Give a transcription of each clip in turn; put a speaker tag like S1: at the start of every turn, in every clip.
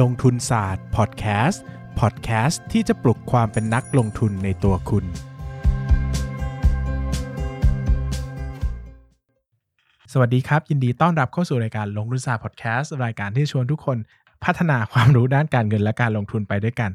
S1: ลงทุนศาสตร์พอดแคสต์พอดแคสต์ที่จะปลุกความเป็นนักลงทุนในตัวคุณ สวัสดีครับ ยินดีต้อนรับเข้าสู่รายการลงทุนศาสตร์พอดแคสต์รายการที่ชวนทุกคนพัฒนาความรู้ด้านการเงินและการลงทุนไปด้วยกัน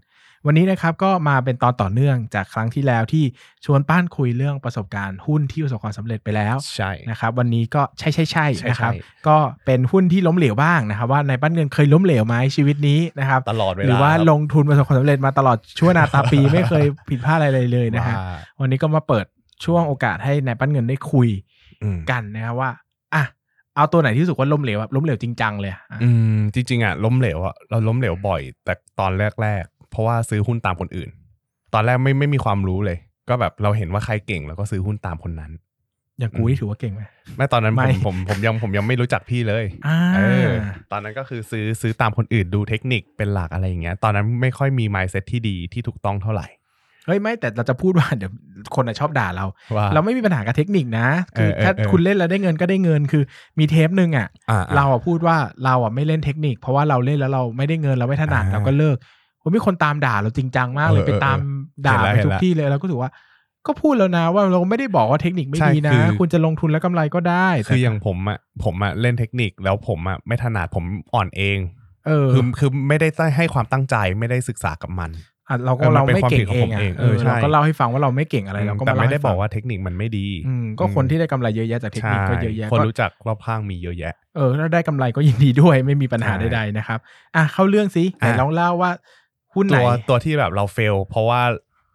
S1: วันนี้นะครับก็มาเป็นตอนต่อเนื่องจากครั้งที่แล้วที่ชวนป้านคุยเรื่องประสบการณ์หุ้นที่ประสบความสำเร็จไปแล้ว
S2: ใช่
S1: นะครับวันนี้ก็ใช่ใช่ใช่
S2: ใช่
S1: นะครับ
S2: ใช่
S1: ก็เป็นหุ้นที่ล้มเหลวบ้างนะครับ ว่าในบ้านเงินเคยล้มเหลวไหมชีวิตนี้นะครับ
S2: ตลอดเวลา
S1: หรือว่า
S2: คบ
S1: ลงทุนประสบความสำเร็จมาตลอดชั่วนาตาปี ไม่เคยผิดพลาดอะไรเลยนะฮะ
S2: ว่า
S1: วันนี้ก็มาเปิดช่วงโอกาสให้นายปั้นเงินได้คุย
S2: อืม
S1: กันนะครับว่าอ่ะเอาตัวไหนที่รู้สึกว่าล้มเหลวแบบล้มเหลวจริงจังเลยอ่ะ
S2: อืมจริงๆอ่ะล้มเหลวอ่ะเราล้มเหลวบ่อย แต่ตอนแรกๆ เพราะว่าซื้อหุ้นตามคนอื่น ตอนแรกไม่ไม่มีความรู้เลย ก็แบบเราเห็นว่าใครเก่งเราก็ซื้อหุ้นตามคนนั้น
S1: อย่างกูนี่ถือว่าเก่งไหม
S2: แม้ตอนนั้น
S1: ไม่
S2: ผมผมผมยังผมยังไม่รู้จักพี่เลย
S1: อ่า
S2: เออตอนนั้นก็คือซื้อซื้อตามคนอื่นดูเทคนิคเป็นหลักอะไรอย่างเงี้ย ตอนนั้นไม่ค่อยมี mindset ที่ดีที่ถูกต้องเท่าไหร่
S1: เฮ้ยไม่แต่เราจะพูดว่าเดี๋ยวคนน่ะชอบด่าเรา
S2: ว่า
S1: เราไม่มีปัญหากับเทคนิคนะคือ
S2: เออเออ
S1: ถ้า
S2: เออ
S1: คุณเล่นแล้วได้เงินก็ได้เงินคือมีเทปหนึ่งอ่ะ
S2: อ่า
S1: เราอะพูดว่าเราอะไม่เล่นเทคนิค เพราะว่าเราเล่นแล้วเราไม่ได้เงินเราไม่ถนัด
S2: อ่า
S1: เราก็เลิกผมมีคนตามด่าเราจริงจังมากเลย
S2: เออ
S1: ไปตามด่า
S2: เห็นแล้ว
S1: ไปทุก
S2: เห็นแล้ว
S1: ที่เลยเราก็ถือว่า ก็พูดแล้วนะว่าเราไม่ได้บอกว่าเทคนิคไม่
S2: ใช่
S1: ดีนะ
S2: คือ
S1: คุณจะลงทุนแล้วกำไรก็ได้แต่
S2: คืออย่างผมอ่ะผมอ่ะเล่นเทคนิคแล้วผมอ่ะไม่ถนัดผมอ่อนเอง
S1: เออ
S2: คือคือไม่ได้ให้ความตั้งใจไม่ได้ศึกษากับมัน
S1: อ่ะเราก็
S2: เออมัน
S1: เรา
S2: เป็น
S1: ไม่
S2: ความ
S1: เก่
S2: ผิ
S1: ง
S2: ดของ
S1: เอง
S2: ผม
S1: อะ
S2: เอง
S1: เอ
S2: เอ
S1: อ
S2: อใช่
S1: เราก็เล่าให้ฟังว่าเราไม่เก่งอะไรเราก็
S2: แต่
S1: มา
S2: ไม่
S1: เล่า
S2: ได้
S1: ให้
S2: บ
S1: ฟั
S2: อง กว่าเทคนิคมันไม่ดี
S1: อืมก็คนที่ได้กำไรเยอะแยะจากเทคนิคก็เยอะแยะ
S2: ใช่คน
S1: ก็
S2: รู้จักรอบข้างมีเยอะแยะ
S1: เออถ้าได้กำไรก็ยินดีด้วยไม่มีปัญหา
S2: ใช่
S1: ใดๆนะครับอ่ะเข้าเรื่องสิไหน
S2: อ่ะ
S1: ลองเล่าว่าหุ้นไหน
S2: ตัวตัวที่แบบเราเฟล เพราะว่า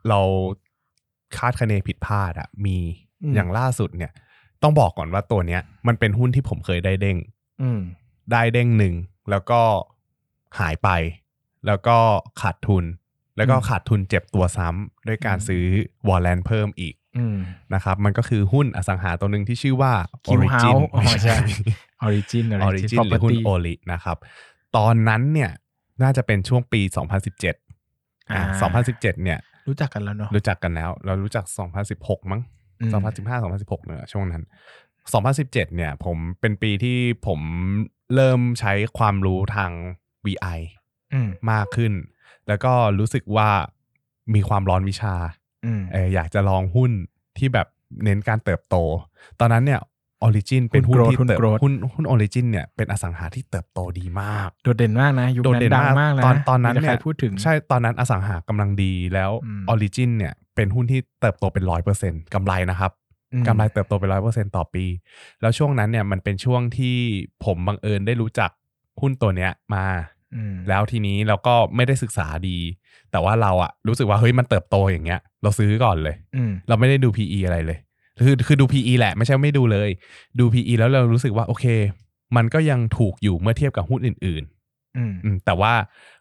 S2: เราคาดคะเนผิดพลาดอะมีอย่างล่าสุดเนี่ย ต้องบอกก่อนว่าตัวเนี้ย มันเป็นหุ้นที่ผมเคยได้เด้ง
S1: อืม
S2: ได้เด้งหนึ่งแล้วก็หายไป แล้วก็ขาดทุน แล้วก็
S1: อืม
S2: ขาดทุนเจ็บตัวซ้ำด้วยการ
S1: อืม
S2: ซื้อวอลเลนเพิ่มอีก
S1: อืม
S2: นะครับ มันก็คือหุ้นอสังหาตัวหนึ่งที่ชื่อว่า
S1: Q House
S2: Origin
S1: อ๋อใช่ ออริจิน
S2: ออริจินหรือหุ้นโอลินะครับ ตอนนั้นเนี่ยน่าจะเป็นช่วงปี 2017อ่า2017 เนี่ย
S1: รู้จักกันแล้วเนาะ
S2: รู้จักกันแล้ว เรารู้จัก 2016 มั้ง
S1: อืม
S2: 2015 2016เนี่ยช่วงนั้น 2017 เนี่ยผมเป็นปีที่ผมเริ่มใช้ความรู้ทาง VI
S1: อืม
S2: มากขึ้น แล้วก็รู้สึกว่ามีความร้อนวิชา
S1: อืม
S2: เอออยากจะลองหุ้นที่แบบเน้นการเติบโต ตอนนั้นเนี่ยออริจินเป็นหุ้น
S1: growth
S2: ที่
S1: หุ้น
S2: เติบ
S1: growth
S2: หุ้นหุ้นออริจินเนี่ยเป็นอสังหาที่เติบโตดีมาก
S1: โดดเด่นมากนะ ยุค
S2: โดด
S1: นั้
S2: เด่
S1: น
S2: น
S1: ดังมาม
S2: าก ก
S1: นะ
S2: ตอนตอนนั้น
S1: ไม่มีใคร
S2: เนี่ย
S1: พูดถึง
S2: ใช่ตอนนั้นอสังหากำลังดีแล้ว
S1: อืม
S2: ออริจินเนี่ยเป็นหุ้นที่เติบโตเป็นร้อยเปอร์เซ็นต์กำไรนะครับ
S1: อืม
S2: กำไรเติบโตไปร้อยเปอร์เซ็นต่อปี แล้วช่วงนั้นเนี่ยมันเป็นช่วงที่ผมบังเอิญได้รู้จักหุ้นตัวเนี้ยมา
S1: อืม
S2: แล้วทีนี้เราก็ไม่ได้ศึกษาดี แต่ว่าเราอะรู้สึกว่าเฮ้ยมันเติบโตอย่างเงี้ย เราซื้อก่อนเลย
S1: อืม
S2: เราไม่ได้ดู PE อะไรเลย คือคือดู PE แหละไม่ใช่ไม่ดูเลย ดู PE แล้วเรารู้สึกว่าโอเค มันก็ยังถูกอยู่เมื่อเทียบกับหุ้นอื่น
S1: อืม
S2: ๆ อืมแต่ว่า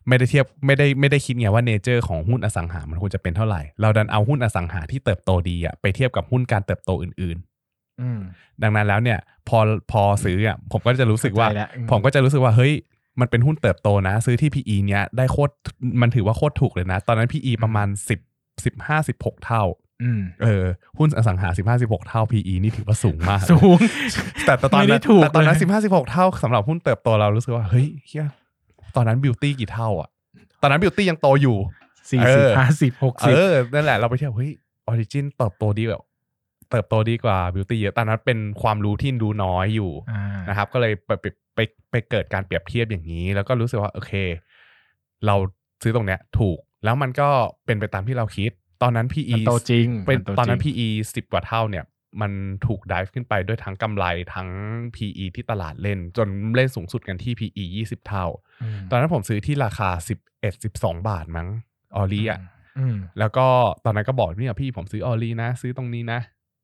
S2: ไม่ได้เทียบไม่ได้ไม่ได้คิดไงว่าเนเจอร์ของหุ้นอสังหา มันควรจะเป็นเท่าไหร่ เราดันเอาหุ้นอสังหาที่เติบโตดีอะไปเทียบกับหุ้นการเติบโตอื่น ๆ
S1: อืม
S2: ดังนั้นแล้วเนี่ยพอพอซื้ออ่ะผมก็จะรู้สึกว่า
S1: เข้ใจแล้วอื
S2: ผมก็จะรู้สึกว่าเฮ้ยมันเป็นหุ้นเติบโตนะ ซื้อที่ PE เนี้ยได้โคตรมันถือว่าโคตรถูกเลยนะ ตอนนั้น PE ประมาณ 10 15 16 เท่า
S1: อืม
S2: เออหุ้นอสังหา 15 16 เท่า PE นี่ถือว่าสูงมาก
S1: สูง
S2: แต่แต่ตอน
S1: ไม่ได้
S2: นั้น
S1: ถูก
S2: แต่ตอนนั้น
S1: เลย
S2: 15 16 เท่าสำหรับหุ้นเติบโตเรารู้สึกว่าเฮ้ยเฮียตอนนั้นบิวตี้กี่เท่าอ่ะตอนนั้นบิวตี้ยังโตอยู่
S1: สี่
S2: เอ
S1: สิบ
S2: อ
S1: ห้าสิบหก
S2: เอ
S1: สิบ
S2: อ นั่นแหละ เราไปเที่ยวเฮ้ยออริจินเติบโตดีแบบเติบโตดีกว่าบิวตี้เยอะตอนนั้นเป็นความรู้ที่ดูน้อยอยู่
S1: อ่า
S2: นะครับ ก็เลยไปไปไปไปเกิดการเปรียบเทียบอย่างนี้ แล้วก็รู้สึกว่า โอเค เราซื้อตรงเนี้ยถูก แล้วมันก็เป็นไปตามที่เราคิด ตอนนั้น PE
S1: มันโตจริง
S2: เป็น
S1: มัโ
S2: ตอนนั้น PE 10 กว่าเท่าเนี่ย มันถูกดิฟขึ้นไปด้วยทั้งกำไรทั้ง PE ที่ตลาดเล่น จนเล่นสูงสุดกันที่ PE 20 เท่า ต
S1: ต
S2: อ
S1: อนน
S2: นั้นผมซื้อที่ราคา 11 12 บาทมั้งออรีอ่ะ
S1: อืม
S2: แล้วก็ตอนนั้นก็บอกเนี่ยพี่ผมซื้อออลีนะ ซื้อตรงนี้นะ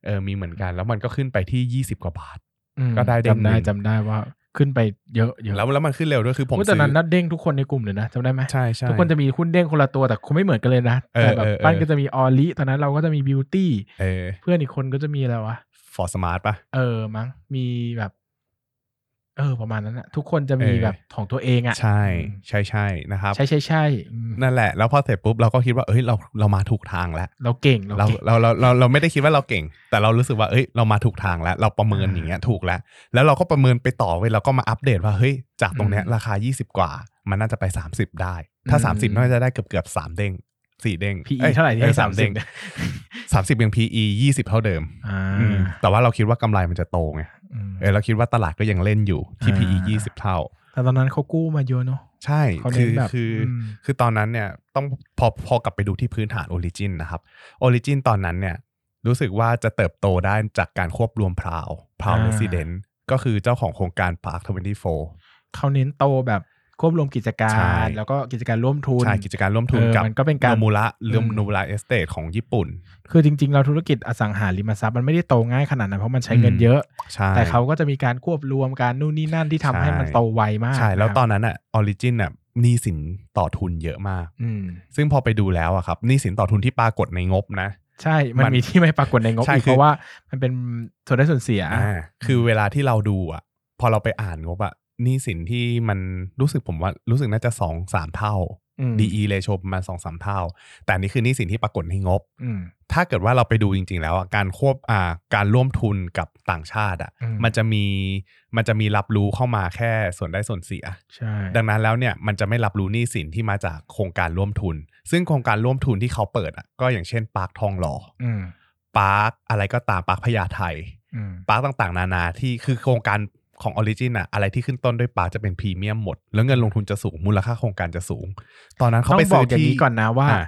S2: เออมีเหมือนกัน แล้วมันก็ขึ้นไปที่ 20 กว่าบาท
S1: อืม
S2: ก็ได้เด้ง
S1: จำได้
S2: หนึ่ง
S1: จำได้ว่าขึ้นไปเยอะเยอะ
S2: แล้วแล้วมันขึ้นเร็วด้วยคือผม
S1: โอ้ยแต่
S2: ซื้อ
S1: นั้นนัดเด้งทุกคนในกลุ่มเลยนะจำได้ไหม
S2: ใช่ใช่
S1: ทุกคนจะมีหุ้นเด้งคนละตัวแต่คงไม่เหมือนกันเลยนะ
S2: เออ
S1: แต่แบบ
S2: เออเออ
S1: ปั้นก็จะมีออลิตอนนั้นเราก็จะมีบิวตี้
S2: เออ
S1: เพื่อนอีกคนก็จะมีอะไรวะ
S2: ฟอร์สมาร์ทปะ
S1: เออมั้งมีแบบ เออ ประมาณนั้นนะทุกคนจะมี
S2: เออ
S1: แบบของตัวเองอ่ะ
S2: ใช่ใช่ใช่นะครับ
S1: ใช่ใช่ใช่อืม
S2: นั่นแหละ แล้วพอเสร็จปุ๊บเราก็คิดว่าเอ้ยเราเรามาถูกทางแล้ว
S1: เราเก่ง
S2: เรา
S1: เราเก่ง
S2: เราเราเราเราไม่ได้คิดว่าเราเก่ง แต่เรารู้สึกว่าเอ้ยเรามาถูกทางแล้ว เราประเมินอย่างเงี้ยถูกแล้ว แล้วเราก็ประเมินไปต่อเว้ยเราก็มาอัปเดตว่าเฮ้ยจากตรงเนี้ย
S1: อืม
S2: ราคา 20 กว่า มันน่าจะไป 30 ได้ ถ้า 30น่าจะได้เกือบเกือบสามเด้งสี่เด้ง
S1: PE
S2: อ้ย
S1: เท่าไหร่ที่
S2: อ้ย
S1: ให้
S2: สามเด้ง
S1: 30เนี่ย
S2: สามสิบยัง PE ยี่สิบเท่าเดิม
S1: อ่า
S2: อืมแต่ว่าเราคิดว่ากำไรมันจะโตไง
S1: ม
S2: เออเราคิดว่าตลาดก็ยังเล่นอยู่ที่
S1: อ่า
S2: PE ยี่สิบเท่า
S1: แต่ตอนนั้นเขากู้มาเยอะเนาะ
S2: ใช่
S1: เขาเน้
S2: คื
S1: น
S2: อ
S1: แบบ
S2: คืออ
S1: ม
S2: คือตอนนั้นเนี่ยต้องพอพอกลับไปดูที่พื้นฐานโอริจินนะครับโอริจินตอนนั้นเนี่ยรู้สึกว่าจะเติบโตได้จากการควบรวมพราวพราวเรสซิเดนต์ก็คือเจ้าของโครงการ Park 24
S1: เขาเน้นโตแบบควบรวมกิจกา
S2: ใช่
S1: ร แล้วก็กิจการร่วมทุน
S2: ใช่กิจการร่วมทุน
S1: เออ
S2: กับ
S1: มันก็เป็นการ
S2: โนมูระหรืออ
S1: ม
S2: โนมูระเอสเตทของญี่ปุ่น
S1: คือจริงๆเราธุรกิจอสังหาริมทรัพย์มันไม่ได้โตง่ายขนาดนั้นเพราะมันใช้เงิน
S2: อืม
S1: เยอะ
S2: ใช่
S1: แต่เขาก็จะมีการควบรวมการนู่นนี่นั่นที่ทำให้มันโตไวมาก
S2: ใช่ แล้ว
S1: นะครับ
S2: ตอนนั้นอ่ะออริจินอ่ะหนี้สินต่อทุนเยอะมาก
S1: อืม
S2: ซึ่งพอไปดูแล้วอะครับหนี้สินต่อทุนที่ปรากฏในงบนะ
S1: ใช่มัน
S2: มัน
S1: มีที่ไม่ปรากฏในงบ
S2: ใช่
S1: อีกเพ
S2: คือ
S1: ราะว่ามันเป็นส่วนได้ส่วนเสีย
S2: อ่าคือเวลาที่เราดูอ่ะ พอเราไปอ่านงบอ่ะหนี้สินที่มันรู้สึกผมว่ารู้สึกน่าจะสองสามเท่า
S1: อืม
S2: DE ratio ประมาณสองสามเท่า แต่อันนี่คือหนี้สินที่ปรากฏในงบ
S1: อืม
S2: ถ้าเกิดว่าเราไปดูจริง ๆ แล้วอะการควบอ่าการร่วมทุนกับต่างชาติอ่ะ
S1: อืม
S2: มันจะมีมันจะมีรับรู้เข้ามาแค่ส่วนได้ส่วนเสีย
S1: ใช่
S2: ดังนั้นแล้วเนี่ยมันจะไม่รับรู้หนี้สินที่มาจากโครงการร่วมทุน ซึ่งโครงการร่วมทุนที่เขาเปิดอ่ะก็อย่างเช่นปาร์คทองหล่อ
S1: อืม
S2: ปาร์คอะไรก็ตามปาร์คพญาไท
S1: อืม
S2: ปาร์คต่างๆ นานาที่คือโครงการของออริจินอะอะไรที่ขึ้นต้นด้วยปาร์คจะเป็นพรีเมียมหมด แล้วเงินลงทุนจะสูง มูลค่าโครงการจะสูง ตอนนั้นเขา
S1: ต้อ
S2: ไป
S1: งบ
S2: ซื้
S1: อก
S2: อ
S1: อย่าง
S2: ที่
S1: นี้ก่อนนะว่า
S2: อ่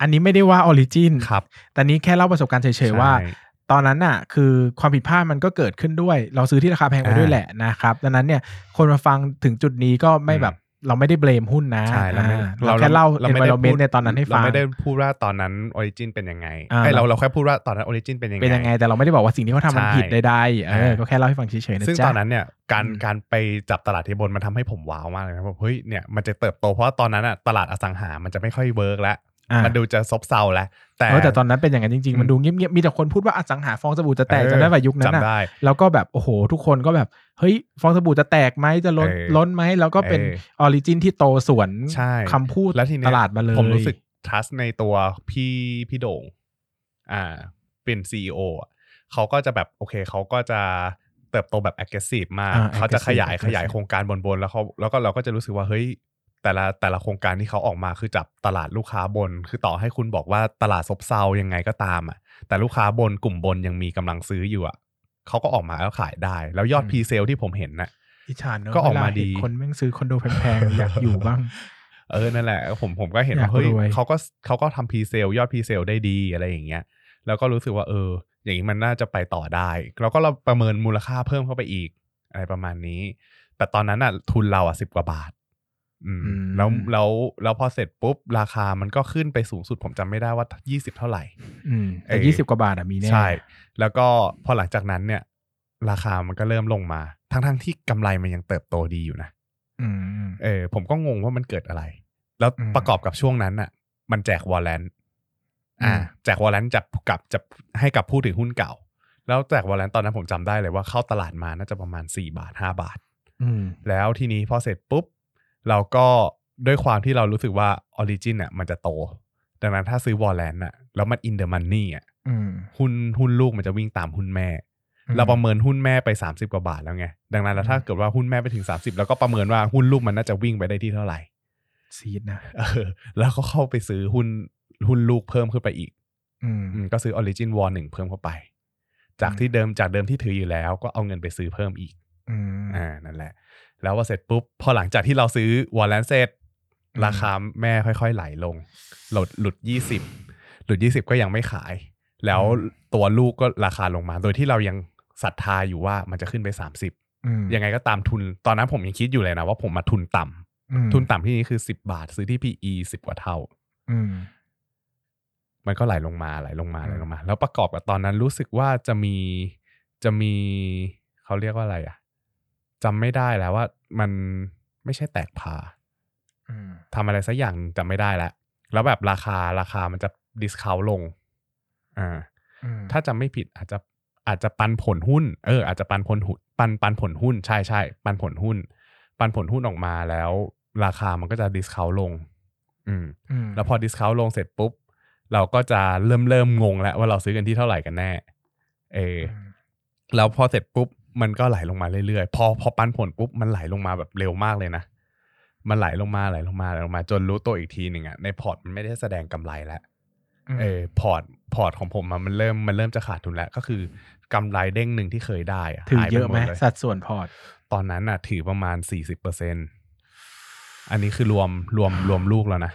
S1: อันนี้ไม่ได้ว่าออริจิน
S2: ครับ
S1: แต่นี้แค่เล่าประสบการณ์เฉยๆว่า
S2: ใช่
S1: ตอนนั้นน่ะคือความผิดพลาดมันก็เกิดขึ้นด้วย เราซื้อที่ราคาแพงไป
S2: อ่า
S1: ด้วยแหละนะครับดังนั้นเนี่ยคนมาฟังถึงจุดนี้ก็ไม่
S2: อืม
S1: แบบเราไม่ได้เบลมหุ้นนะ
S2: ใช่เราไม่
S1: อ่เราแค่เล่า
S2: ไม่ได้
S1: environment
S2: พูด
S1: ในตอนนั้นให้ฟัง
S2: เราไม่ได้พูดว่าตอนนั้นออริจินเป็นยังไง
S1: อ่า
S2: ไอยเราเราแค่พูดว่าตอนนั้นออริจินเป็นยังไง
S1: เป็นยังไงแต่เราไม่ได้บอกว่าสิ่งที่เขาทำมัน
S2: ใช่
S1: ผิดใดๆเออ
S2: อ่า
S1: ก็แค่เล่าให้ฟังเฉยๆนะ
S2: ซึ่ง
S1: จ๊ะ
S2: ตอนนั้นเนี่ยการ
S1: อืม
S2: การไปจับตลาดเทเบิลมันทำให้ผมว้าวมากเลยนะแบบเฮ้ยเนี่ยมันจะเติบโตเพราะว่าตอนนั้นอะตลาดอสังหามันจะไม่ค่อยเวิร์กแล้ว
S1: อ่ะ
S2: มันดูจะซบเซาแล้วแต่
S1: เออแต่ตอนนั้นเป็นอย่างนั้นจริงๆ
S2: อืม
S1: มันดูเงียบๆมีแต่คนพูดว่าอสังหาฟองสบู่จะแตกจำได้ป่ะยุคนั้น
S2: จำ
S1: อ่ะ
S2: ได้
S1: แล้วก็แบบโอ้โห ทุกคนก็แบบเฮ้ยฟองสบู่จะแตกไหมจะล้น
S2: เออ
S1: ล้นไหมแล้วก็เป็น
S2: เอ
S1: ออริจินที่โตสวน
S2: ใช่
S1: คำพูด
S2: แล้วทีเนี้
S1: ต
S2: ย
S1: ลาดมาเลย
S2: ผมรู้สึก trust ในตัวพี่พี่โด่งอ่าเป็น CEO อ่ะเขาก็จะแบบโอเคเขาก็จะเติบโตแบบ aggressive มาก
S1: อ่า
S2: เขาจะ
S1: aggressive
S2: ขยาย
S1: aggressive
S2: ขยายโครงการบนบนๆแล้วเขาแล้วก็เราก็จะรู้สึกว่าเฮ้ยแต่ละแต่ละโครงการที่เขาออกมาคือจับตลาดลูกค้าบน คือต่อให้คุณบอกว่าตลาดซบเซายังไงก็ตามอ่ะแต่ลูกค้าบนกลุ่มบนยังมีกำลังซื้ออยู่อ่ะเขาก็ออกมาแล้วขายได้ แล้วยอด
S1: อืม
S2: pre sale ที่ผมเห็นน่ะ
S1: อิจฉาเนอะ
S2: ก็ออกมา
S1: เวลเห็น
S2: ดี
S1: คนแม่งซื้อคอนโดแพงๆ อยากอยู่บ้าง
S2: เออ นั่นแหละ ผมผมก็เห็น
S1: อยาก
S2: ว่าเฮ้ย
S1: รวย
S2: เขาก็เขาก็ทำพรีเซลยอดพรีเซลได้ดีอะไรอย่างเงี้ย แล้วก็รู้สึกว่าเออ อย่างนี้มันน่าจะไปต่อได้ แล้วก็เราประเมินมูลค่าเพิ่มเข้าไปอีก อะไรประมาณนี้ แต่ตอนนั้นอ่ะ ทุนเราอ่ะสิบกว่าบาท อืม
S1: อืม
S2: แล้วแล้วแล้วพอเสร็จปุ๊บ ราคามันก็ขึ้นไปสูงสุด ผมจำไม่ได้ว่า 20 เท่าไหร่
S1: อืมแต่
S2: เออ
S1: ยี่สิบกว่าบาทอะมีแน่
S2: ใช่ แล้วก็พอหลังจากนั้นเนี่ย ราคามันก็เริ่มลงมา ทั้งทั้งๆที่กำไรมันยังเติบโตดีอยู่นะ
S1: อืม
S2: เออผมก็งงว่ามันเกิดอะไร แล้ว
S1: อืม
S2: ประกอบกับช่วงนั้นอ่ะ มันแจกวอลเลนอ่า
S1: อืม
S2: แจกวอลเลนจับกับจะให้กับผู้ถือหุ้นเก่า แล้วแจกวอลเลนตอนนั้นผมจำได้เลยว่าเข้าตลาดมาน่าจะประมาณ 4 บาท 5 บาท
S1: อืม
S2: แล้วทีนี้พอเสร็จปุ๊บ เราก็ด้วยความที่เรารู้สึกว่าออริจินอ่ะมันจะโต ดังนั้นถ้าซื้อวอลเลนอ่ะแล้วมันอินเดอร์มันนี่อ่ะ
S1: อืม
S2: หุ้นหุ้นลูกมันจะวิ่งตามหุ้นแม่ เราประเมินหุ้นแม่ไป 30 กว่าบาทแล้วไงดังนั้นแล้วถ้าเกิดว่าหุ้นแม่ไปถึง 30แล้วก็ประเมินว่าหุ้นลูกมันน่าจะวิ่งไปได้ที่เท่าไหร่
S1: ซีดนะ
S2: เออแล้วก็เข้าไปซื้อหุ้นหุ้นลูกเพิ่มขึ้นไปอีก
S1: อืม
S2: อืมก็ซื้อ Origin w a r หนึ่งเพิ่มเข้าไป จาก
S1: อืม
S2: ที่เดิมจากเดิมที่ถืออยู่แล้วก็เอาเงินไปซื้อเพิ่มอีก
S1: อืม
S2: อ่านั่นแหละ แล้วพอเสร็จปุ๊บ พอหลังจากที่เราซื้อวอลเลนเสร็จ
S1: อืม
S2: ราคาแม่ค่อยๆไหลลง หลุดหลุดยี่สิบหลุดยี่สิบก็ยังไม่ขาย แล้วตัวลูกก็ราคาลงมา โดยที่เรายังศรัทธาอยู่ว่ามันจะขึ้นไป 30
S1: อืม
S2: ยังไงก็ตามทุน ตอนนั้นผมยังคิดอยู่เลยนะว่าผมมาทุนต่ำ
S1: อืม
S2: ทุนต่ำที่นี้คือ 10 บาท ซื้อที่ PE 10 กว่าเท่า
S1: อืม
S2: มันก็ไหลลงมาไหลลงมา
S1: อืม
S2: ไหลลงมา แล้วประกอบกับตอนนั้นรู้สึกว่าจะมีจะมีเขาเรียกว่าอะไรอะจำไม่ได้แล้วว่ามันไม่ใช่แตกพา
S1: อืม
S2: ทำอะไรสักอย่างจำไม่ได้แล้วแล้วแบบราคาราคามันจะดิสคาวลงอ่า
S1: อืม
S2: ถ้าจำไม่ผิดอาจจะอาจจะปันผลหุ้น เอออาจจะปันผลหุ้นปันปันผลหุ้นใช่ใช่ปันผลหุ้น ปันผลหุ้นออกมาแล้ว ราคามันก็จะดิสคาวลง อืม
S1: อืม
S2: แล้วพอดิสคาวลงเสร็จปุ๊บ เราก็จะเริ่มเริ่มงงแล้วว่าเราซื้อกันที่เท่าไหร่กันแน่ เออ
S1: อืม
S2: แล้วพอเสร็จปุ๊บ มันก็ไหลลงมาเรื่อยๆ พอพอปันผลปุ๊บ มันไหลลงมาแบบเร็วมากเลยนะ มันไหลลงมาไหลลงมาไหลลงมาจนรู้ตัวอีกทีหนึ่งอะในพอร์ตมันไม่ได้แสดงกำไรแล้ว เออพอร์ตพอร์ตของผมอะมันเริ่มมันเริ่มจะขาดทุนแล้ว ก็คือกำไรเด้งหนึ่งที่เคยได้ะ
S1: ถือ
S2: หาป
S1: เยอะไหม
S2: ดล
S1: สัดส่วนพอร์ต
S2: ตอนนั้นอะถือประมาณสี่สิบเปอร์เซ็นอันนี้คือรวมรวมรวมลูกแล้วนะ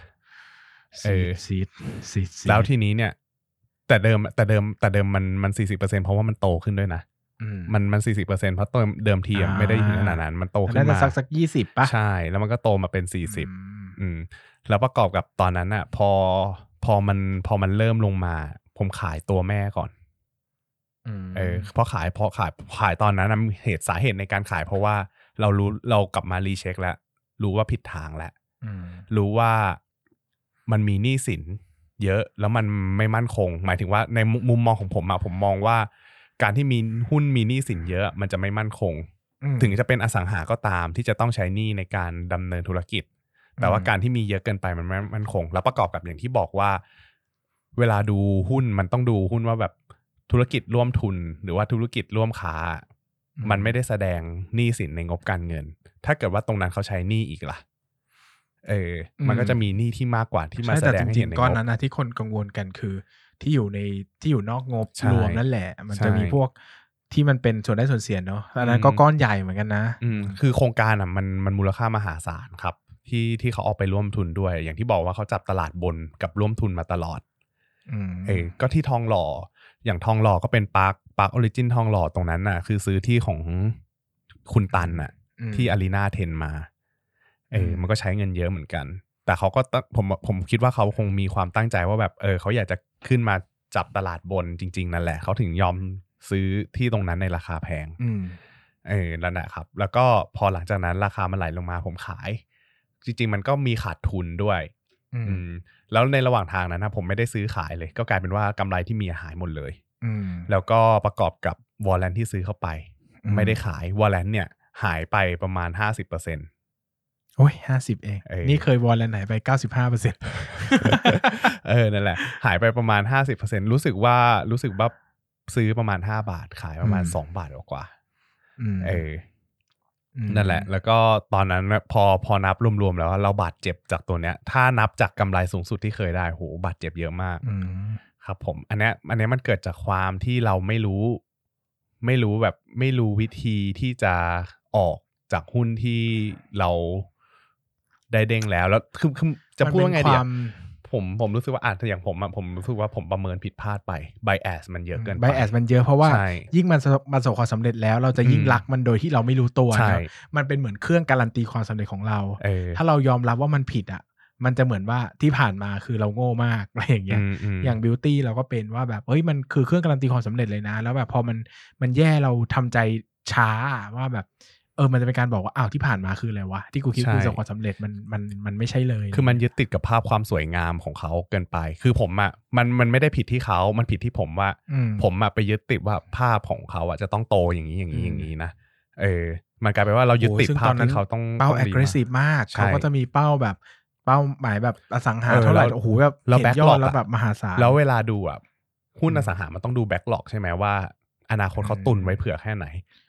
S2: เออ
S1: ซีดซีดซีด
S2: แล้วทีนี้เนี่ย แต่เดิมแต่เดิมแต่เดิมมันมันสี่สิบเปอร์เซ็นเพราะว่ามันโตขึ้นด้วยนะ
S1: อื
S2: มันมันสี่สิบเปอร์เซ็นเพราะเติมเดิมทีอะ
S1: อ่า
S2: ไม่ได้ถึงขนาดนั้น มันโตขึ้
S1: น่านจะ
S2: มา
S1: สักสักยี่สิบป่ะ
S2: ใช่ แล้วมันก็โตมาเป็นสี่สิบ
S1: อืม
S2: อืมแล้วประกอบกับตอนนั้นอ่ะ พอพอมันพอมันเริ่มลงมา ผมขายตัวแม่ก่อน
S1: ม
S2: เออเพราะขายเพราะขายขายตอนนั้นนะเหตุสาเหตุในการขาย เพราะว่าเรารู้เรากลับมารีเช็คแล้ว รู้ว่าผิดทางแล้ว
S1: ม
S2: รู้ว่ามันมีหนี้สินเยอะแล้วมันไม่มั่นคง หมายถึงว่าในมุมุมมองของผมอะผมมองว่า การที่มีหุ้นมีหนี้สินเยอะ มันจะไม่มั่นคง
S1: อืม
S2: ถึงจะเป็นอสังหาก็ตามที่จะต้องใช้หนี้ในการดำเนินธุรกิจ แต่ว่า
S1: อืม
S2: การที่มีเยอะเกินไปมันไม่มันคง แล้วประกอบกับอย่างที่บอกว่า เวลาดูหุ้นมันต้องดูหุ้นว่าแบบธุรกิจร่วมทุน หรือว่าธุรกิจร่วมค้า มันไม่ได้แสดงหนี้สินในงบการเงิน ถ้าเกิดว่าตรงนั้นเขาใช้หนี้อีกล่ะ เออ มันก็จะมีหนี้ที่มากกว่าที่มา
S1: ใช่
S2: แส
S1: แต่
S2: ดง
S1: จ
S2: ให้
S1: ริ
S2: เห็
S1: ง
S2: นใน
S1: ๆ
S2: ง
S1: ก้อน
S2: บ
S1: นั้นนะที่คนกังวลกันคือ ที่อยู่ในที่อยู่นอกงบ
S2: ใช่
S1: รวมนั่นแหละ มันจะ
S2: ใช่
S1: มีพวกที่มันเป็นส่วนได้ส่วนเสียเนาะอันนั้น
S2: อืม
S1: ก็ก้อนใหญ่เหมือนกันนะ
S2: อืมคือโครงการอ่ะมันมันมูลค่ามหาศาลครับ ที่ที่เขาเอาไปร่วมทุนด้วย อย่างที่บอกว่าเขาจับตลาดบนกับร่วมทุนมาตลอด
S1: อืม
S2: เออก็ที่ทองหล่อ อย่างทองหล่อก็เป็นปาร์คปาร์คออริจินทองหล่อตรงนั้นน่ะ คือซื้อที่ของคุณตันน่ะ
S1: ม
S2: ที่อารีนาเทนมา เอออ
S1: ม
S2: มันก็ใช้เงินเยอะเหมือนกัน แต่เขาก็ตั้งผมผมคิดว่าเขาคงมีความตั้งใจว่าแบบเออเขาอยากจะขึ้นมาจับตลาดบนจริง ๆ นั่นแหละ เขาถึงยอมซื้อที่ตรงนั้นในราคาแพง
S1: อืม
S2: เออนั่นแหละครับ แล้วก็พอหลังจากนั้นราคามันไหลลงมาผมขาย จริง ๆ มันก็มีขาดทุนด้วย
S1: อื
S2: อื
S1: ม
S2: มแล้วในระหว่างทางนั้นนะผมไม่ได้ซื้อขายเลย ก็กลายเป็นว่ากำไรที่มีหายหมดเลย
S1: อืม
S2: แล้วก็ประกอบกับวอลเลนที่ซื้อเข้าไป
S1: อืม
S2: ไม่ได้ขายวอลเลนเนี่ยหายไปประมาณ 50%เอ
S1: โอ้ยห้าสิบเอง
S2: เออ
S1: นี่เคยวอลแล้วไหนไปเก้าสิบห้าเปอร์เซ็นต์
S2: เออนั่นแหละ หายไปประมาณ 50%รู้สึกว่ารู้สึกว่าซื้อประมาณ 5 บาทขายประมาณ
S1: อืม
S2: 2 บาทกว่าๆเออ นั่นแหละ
S1: แล้ว
S2: แล้วก็ตอนนั้นน่ะพอพอนับรวมๆแล้วเราบาดเจ็บจากตัวเนี้ย ถ้านับจากกำไรสูงสุดที่เคยได้โหบาดเจ็บเยอะมาก
S1: อืม
S2: ครับผมอันเนี้ยอันเนี้ยมันเกิดจากความที่เราไม่รู้ ไม่รู้แบบไม่รู้วิธีที่จะออกจากหุ้นที่เราได้เด้งแล้วแล้วคือคือจะพูดว่าไงดี
S1: มันเป็นควา
S2: อะ
S1: ม
S2: ผมผมรู้สึกว่าอ่ะถ้าอย่างผมอะผมรู้สึกว่าผมประเมินผิดพลาดไปไบแอสมันเยอะเกินไป
S1: ไบแอสมันเยอะเพราะว่า
S2: ใช่
S1: ยิ่งมันประสบประสบความสำเร็จแล้ว เราจะยิ่ง
S2: อืม
S1: รักมันโดยที่เราไม่รู้ตัว
S2: ใช่
S1: เนอะมันเป็นเหมือนเครื่องการันตีความสำเร็จของเรา
S2: เออ
S1: ถ้าเรายอมรับว่ามันผิดอ่ะ มันจะเหมือนว่าที่ผ่านมาคือเราโง่มาก อะไรอย่างเงี้ย
S2: มม
S1: อย่างบิวตี้เราก็เป็นว่าแบบเฮ้ยมันคือเครื่องการันตีความสำเร็จเลยนะ แล้วแบบพอมันมันแย่เราทำใจช้าอะว่าแบบ เออมันจะเป็นการบอกว่าอ้าวที่ผ่านมาคืออะไรวะที่กูคิด
S2: ใช่
S1: กูประสบความสำเร็จมันมันมันไม่ใช่เลย
S2: คือมันยึดติดกับภาพความสวยงามของเขาเกินไป คือผมอะมันมันไม่ได้ผิดที่เขา มันผิดที่ผมว่า
S1: อืม
S2: ผมอะไปยึดติดว่าภาพของเขาอะจะต้องโตอย่างนี้อย่าง
S1: อื
S2: นี้
S1: ม
S2: อย่างนี้นะ เออ มันกลายเป็นว่าเรายึดติด
S1: โอ้ซึ่ง
S2: ภาพที่เขาต้อง
S1: เป้า
S2: ต้งดีมก
S1: aggressive มาก
S2: ใช่
S1: เขาก็จะมีเป้าแบบเป้าหมายแบบอสังหา
S2: เออ
S1: เท่าไหร่
S2: แล้ว
S1: โอ้โหแบบ
S2: แล้ว
S1: เห็นยอ
S2: backlog
S1: ดแล้ว
S2: อะ
S1: แบบมหาศาล
S2: แล้วเวลาดูอะหุ้น
S1: อืม
S2: อสังหามันต้องดูแบ็กหลอกใช่ไหมว่า อนาคตเขา
S1: อืม
S2: ตุนไว้เผื่อแค่ไหน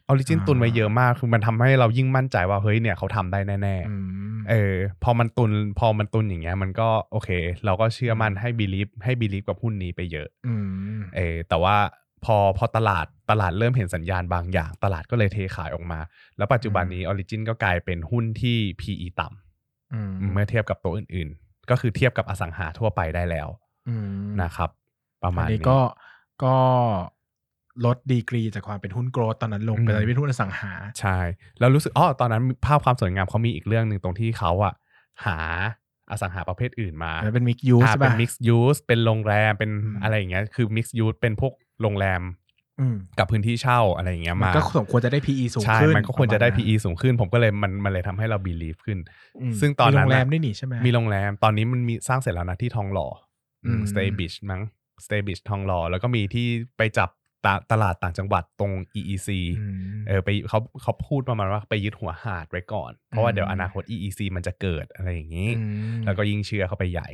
S2: ออริจิน
S1: อ่า
S2: ตุนไว้เยอะมาก คือมันทำให้เรายิ่งมั่นใจว่าเฮ้ยเนี่ยเขาทำได้แน่
S1: อืม
S2: ๆ เออ พอมันตุนพอมันตุนอย่างเงี้ย มันก็โอเค เราก็เชื่อมั่นให้บีลีฟให้บีลีฟกับหุ้นนี้ไปเยอะ
S1: อืม
S2: เออแต่ว่าพอพอตลาดตลาดเริ่มเห็นสัญญาณบางอย่าง ตลาดก็เลยเทขายออกมา แล้วปัจจุบันนี้ออริจินก็กลายเป็นหุ้นที่ PE ต่
S1: อืม
S2: ำเมื่อเทียบกับตัวอื่นๆ ก็คือเทียบกับอสังหาทั่วไปได้แล้ว
S1: อืม
S2: นะครับ ประมา
S1: อั
S2: ณ
S1: น
S2: นี้
S1: นี้ก็ก็ลดดีกรีจากความเป็นหุ้นโกรดตอนนั้นลง
S2: อืม
S1: เป็นอะไรเป็นหุ้นอสังหา
S2: ใช่แล้วรู้สึกอ๋อตอนนั้นภาพความสวยงามเขามีอีกเรื่องหนึ่งตรงที่เขาอะหาอสังหาประเภทอื่นมา
S1: มันเป็นมิกยูส
S2: อ่า
S1: ใช่
S2: เป็
S1: ป่ะ
S2: น mixed use เป็นโรงแรมเป็น
S1: อืม
S2: อะไรอย่างเงี้ยคือ mixed use เป็นพวกโรงแรม
S1: อืม
S2: กับพื้นที่เช่าอะไรอย่างเงี้ย
S1: มัน
S2: มา
S1: ก็สมควรจะได้ PE สูง
S2: ใช่
S1: ขึ้น
S2: มันก็ควรจะได้
S1: ปมาณ
S2: PE สูงขึ้น ผมก็เลยมันมันเลยทำให้เรา believe ขึ้น
S1: อืม
S2: ซึ่งตอน
S1: มี
S2: นั้
S1: โร
S2: น
S1: ง
S2: น่ะ
S1: แรมด้วยนี่ใช่ไหม
S2: มีโรงแรม ตอนนี้มันมีสร้างเสร็จแล้วนะที่ทองหล่ออืม
S1: อืม
S2: Stay Beach มั้ง Stay Beach ทองหล่อ แล้วก็มีที่ไปจับตาตลาดต่างจังหวัดตรง EEC
S1: อืม
S2: เออไปเขาเขาพูดประมาณว่าไปยึดหัวหาดไว้ก่อน เพราะว่า
S1: อืม
S2: เดี๋ยวอนาคต EEC มันจะเกิดอะไรอย่างนี้
S1: ม
S2: แล้วก็ยิ่งเชื่อเข้าไปใหญ่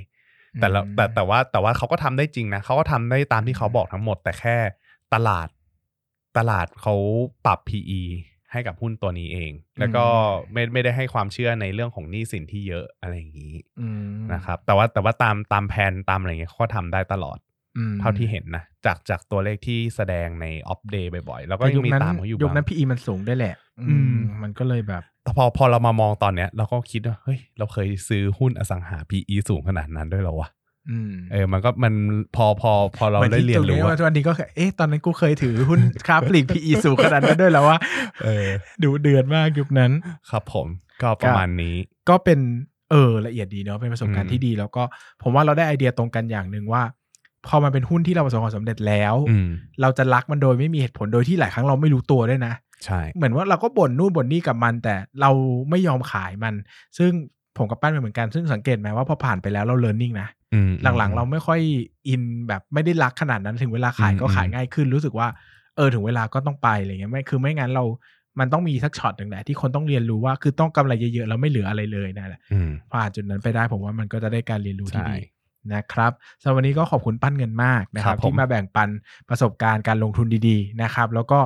S2: แต่ละ
S1: อืม
S2: แต่แต่ว่าแต่ว่าเขาก็ทำได้จริงนะเขาก็ทำได้ตามที่เขาบอกทั้งหมด แต่แค่ตลาดตลาดเขาปรับ PE ให ให้กับหุ้นตัวนี้เอง แล้วก็ไม่ไม่ได้ให้ความเชื่อในเรื่องของหนี้สินที่เยอะอะไรอย่างนี้
S1: อืม
S2: นะครับแต่ว่าแต่ว่าตามตามแผนตามอะไรเงี้ยเขาทำได้ตลอด
S1: อืม
S2: เท่าที่เห็นนะจากจากตัวเลขที่แสดงในออฟเดย์บ่อยๆ แล้วก็
S1: แต่
S2: ยั
S1: ยุ
S2: ง
S1: ค
S2: มี
S1: นั้น
S2: ตามเขาอยู่
S1: ยุคนั้น
S2: บ้าง
S1: พี่อีมันสูงด้วยแหละ
S2: อื
S1: อืม
S2: ม
S1: มันก็เลยแบบ
S2: แต่พอพอเรามามองตอนเนี้ยเราก็คิดว่าเฮ้ยเราเคยซื้อหุ้นอสังหา PE สูงขนาดนั้นด้วยเหรอวะ
S1: อืม
S2: เออมันก็มันพอพอพอเราได้เรียนรู้
S1: ว่า
S2: อะ
S1: ทุกวันนี้ก็คือเอ๊ะตอนนั้นกูเคยถือหุ้น คราฟปลีกพีอีสูงขนาดนั้นด้วยแล้ววะ
S2: เออ
S1: ดูเดือดมากยุคนั้น
S2: ครับผมก็ประมาณนี้
S1: ก็เป็นเออละเอียดดีเนาะเป็นประสบการ
S2: อื
S1: ณ์
S2: ม
S1: ที่ดี แล้วก็ผมว่าเราได้ไอเดียตรงกันอย่างหนึ่งว่า พอมันเป็นหุ้นที่เราประสบความสำเร็จแล้ว
S2: อืม
S1: เราจะรักมันโดยไม่มีเหตุผลโดยที่หลายครั้งเราไม่รู้ตัวด้วยนะ
S2: ใช่
S1: เหมือนว่าเราก็บ่นนู่นบ่นนี่กับมัน แต่เราไม่ยอมขายมัน ซึ่งผมกับป้านเป็นเหมือนกันซึ่งสังเกตไหมว่าพอผ่านไปแล้วเราเรียนรู้นะ
S2: อืม
S1: หลังๆ เราไม่ค่อยอินแบบไม่ได้รักขนาดนั้นถึงเวลาขาย
S2: อืม
S1: ก็ขายง่ายขึ้น รู้สึกว่าเออถึงเวลาก็ต้องไปอะไรเงี้ยไม่คือไม่งั้นเรา มันต้องมีสักช็อตหนึ่งแหละที่คนต้องเรียนรู้ว่าคือต้องกำไรเยอะๆแล้วไม่เหลืออะไรเลยนั่นแหละ
S2: อืม
S1: ผ่านจุดนั้นไปได้ผมว่ามันก็จะได้การเรียนรู้ที่
S2: ใช่
S1: ดีนะครับสำหรับวันนี้ก็ขอบคุณปั้นเงินมากนะครับ
S2: ครับผม
S1: ที่มาแบ่งปันประสบการณ์การลงทุนดีๆนะครับแล้วก็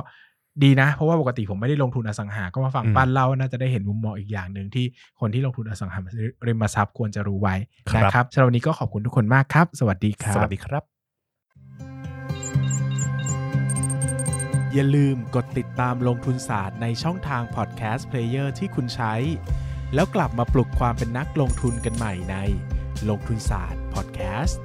S1: ดีนะ เพราะว่าปกติผมไม่ได้ลงทุนอสังหา ก็มาฟังปั้นเล่าน่าจะได้เห็นมุมมองอีกอย่างหนึ่งที่คนที่ลงทุนอสังหาริมทรัพย์ควรจะรู้ไว้นะครับสำหรับวันนี้ก็ขอบคุณทุกคนมากครับ สวัสดีครับ
S2: สวัสดีครับ
S1: อย่าลืมกดติดตามลงทุนศาสตร์ในช่องทางพอดแคสต์เพลเยอร์ที่คุณใช้ แล้วกลับมาปลุกความเป็นนักลงทุนกันใหม่ในลงทุนศาสตร์พอดแคสต์